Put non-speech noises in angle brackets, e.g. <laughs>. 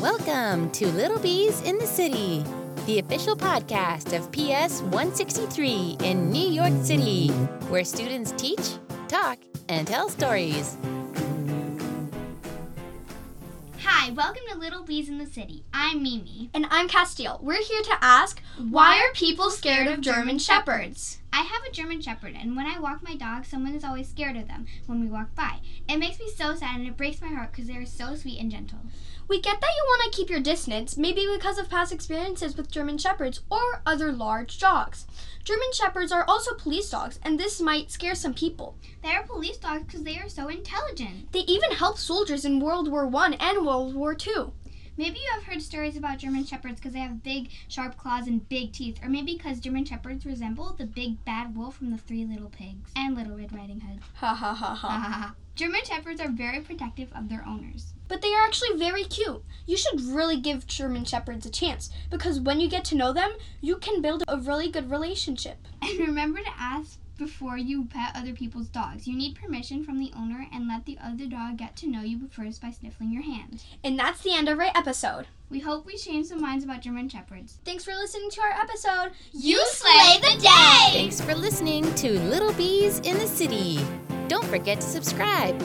Welcome to Little Bees in the City, the official podcast of PS 163 in New York City, where students teach, talk, and tell stories. Hi, welcome to Little Bees in the City. I'm Mimi. And I'm Castile. We're here to ask why are people scared of German Shepherds? I have a German Shepherd, and when I walk my dog, someone is always scared of them when we walk by. It makes me so sad and it breaks my heart because they are so sweet and gentle. We get that you want to keep your distance, maybe because of past experiences with German Shepherds or other large dogs. German Shepherds are also police dogs, and this might scare some people. They are police dogs because they are so intelligent. They even helped soldiers in World War I and World War II. Maybe you have heard stories about German Shepherds because they have big, sharp claws and big teeth, or maybe because German Shepherds resemble the big bad wolf from the Three Little Pigs and Little Red Riding Hood. Ha ha Ha ha ha. ha ha. <laughs> German Shepherds are very protective of their owners. <laughs> But they are actually very cute. You should really give German Shepherds a chance because when you get to know them, you can build a really good relationship. And remember to ask before you pet other people's dogs. You need permission from the owner and let the other dog get to know you first by sniffling your hand. And that's the end of our episode. We hope we changed some minds about German Shepherds. Thanks for listening to our episode. You slay the day! Thanks for listening to Little Bees in the City. Don't forget to subscribe.